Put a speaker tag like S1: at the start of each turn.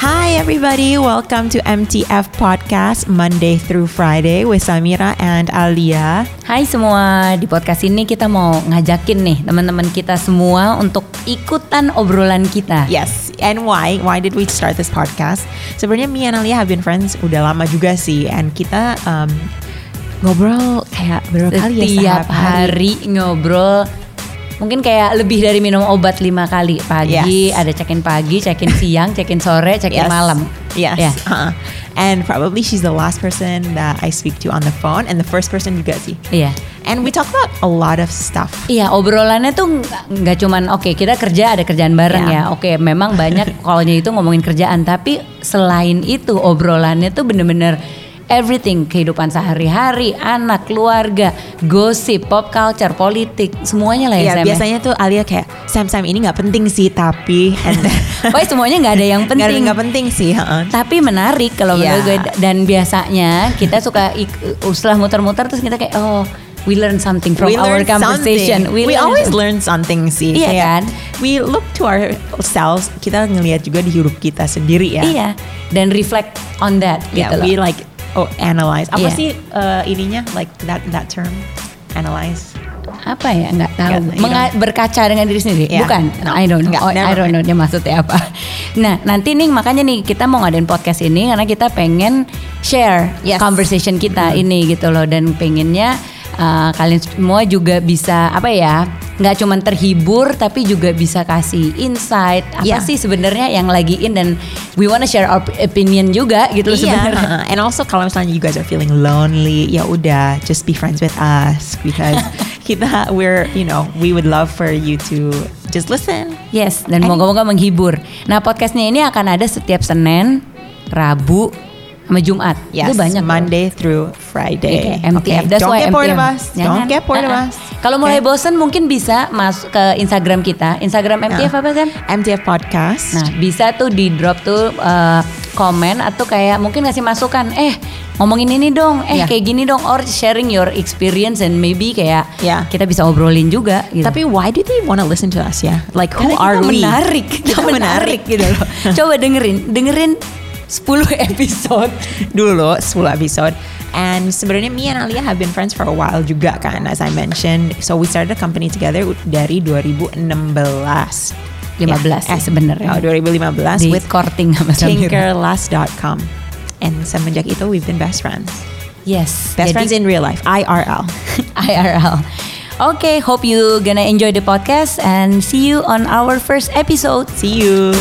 S1: Hi, everybody. Welcome to MTF Podcast Monday through Friday with Samira and Alia.
S2: Hai semua, di podcast ini kita mau ngajakin nih teman-teman kita semua untuk ikutan obrolan kita.
S1: Yes, and why? Why did we start this podcast? Sebenarnya me and Alia have been friends udah lama juga sih, and kita um, ngobrol kayak berapa kali ya
S2: Setiap hari ngobrol mungkin kayak lebih dari minum obat lima kali pagi,
S1: Yes.
S2: ada check-in pagi, check-in siang, check-in sore, check-in
S1: Yes.
S2: malam.
S1: Yes.
S2: Ya.
S1: uh-uh. And probably she's the last person that I speak to on the phone, and the first person juga sih.
S2: Iya.
S1: And we talk about a lot of stuff.
S2: Iya, obrolannya tuh nggak- nggak cuman oke kita kerja ada kerjaan bareng
S1: Iya.
S2: ya. Oke, memang banyak kalaunya itu ngomongin kerjaan, tapi selain itu obrolannya tuh bener-bener everything kehidupan sehari-hari, anak, keluarga, gosip, pop culture, politik, semuanya lah ya.
S1: Iya,
S2: Sam, ya.
S1: biasanya tuh Alia kayak Sam Sam ini nggak penting sih, tapi and
S2: Pokoknya semuanya nggak ada yang
S1: nggak
S2: penting.
S1: nggak penting sih. uh-uh.
S2: Tapi menarik kalau menurut
S1: Iya.
S2: gue dan biasanya kita suka ik- setelah muter-muter terus kita kayak oh we learn something from
S1: learn
S2: our conversation.
S1: something. We,
S2: learn
S1: always learn something sih.
S2: Iya
S1: Kayak
S2: kan?
S1: We look to ourselves. Kita ngelihat juga di hidup kita sendiri ya.
S2: Iya, dan reflect on that
S1: Yeah,
S2: gitu loh.
S1: we like oh analyze. Apa
S2: Iya.
S1: sih uh, ininya like that that term analyze?
S2: apa ya nggak tahu
S1: Nggak, you
S2: Menga- berkaca dengan diri sendiri
S1: Iya.
S2: bukan
S1: No,
S2: I don't know
S1: nggak,
S2: Oh,
S1: never
S2: I don't know dia maksudnya apa nah nanti nih makanya nih kita mau ngadain podcast ini karena kita pengen share
S1: Yes. Mm-hmm.
S2: conversation kita ini gitu loh dan pengennya uh, kalian semua juga bisa apa ya nggak cuman terhibur tapi juga bisa kasih insight apa
S1: Iya.
S2: sih sebenarnya yang lagi in dan we wanna share our opinion juga gitu loh sebenarnya
S1: uh-uh. and also kalau misalnya you guys are feeling lonely, ya udah just be friends with us because kita we're you know we would love for you to just listen.
S2: Yes,
S1: Eh.
S2: dan moga-moga menghibur. Nah, podcastnya ini akan ada setiap Senin, Rabu, sama Jumat.
S1: Yes,
S2: Itu banyak. ya? Iya, loh.
S1: Monday through Friday.
S2: Oke, MTF.
S1: Okay,
S2: That's
S1: Don't
S2: why
S1: get bored of
S2: MTF.
S1: us.
S2: Jangan.
S1: Don't get bored of
S2: Uh-uh.
S1: us.
S2: Kalau mulai
S1: Okay?
S2: bosen mungkin bisa masuk ke Instagram kita. Instagram MTF
S1: Nah.
S2: apa kan?
S1: MTF Podcast.
S2: Nah, bisa tuh di drop tuh eh, komen atau kayak mungkin ngasih masukan. Eh, ngomongin ini dong. Eh,
S1: Iya.
S2: kayak gini dong. Or sharing your experience and maybe kayak
S1: Iya.
S2: kita bisa obrolin juga. Gitu.
S1: Tapi why do they want to listen to us ya? Like who
S2: Karena
S1: are
S2: kita
S1: we?
S2: menarik, kita
S1: Kita menarik.
S2: menarik gitu loh. Coba dengerin, dengerin 10 episode.
S1: Dulu 10 episode. And sebenarnya me and Alia have been friends for a while juga kan as I mentioned. So we started a company together dari 2016.
S2: 15
S1: eh
S2: sih sebenarnya.
S1: Oh, 2015
S2: Di
S1: with
S2: korting sama Samira.
S1: tinkerlust.com. And semenjak itu we've been best friends.
S2: Yes.
S1: Best
S2: jadi
S1: friends in real life, IRL.
S2: IRL. Oke, hope you gonna enjoy the podcast and see you on our first episode.
S1: See you.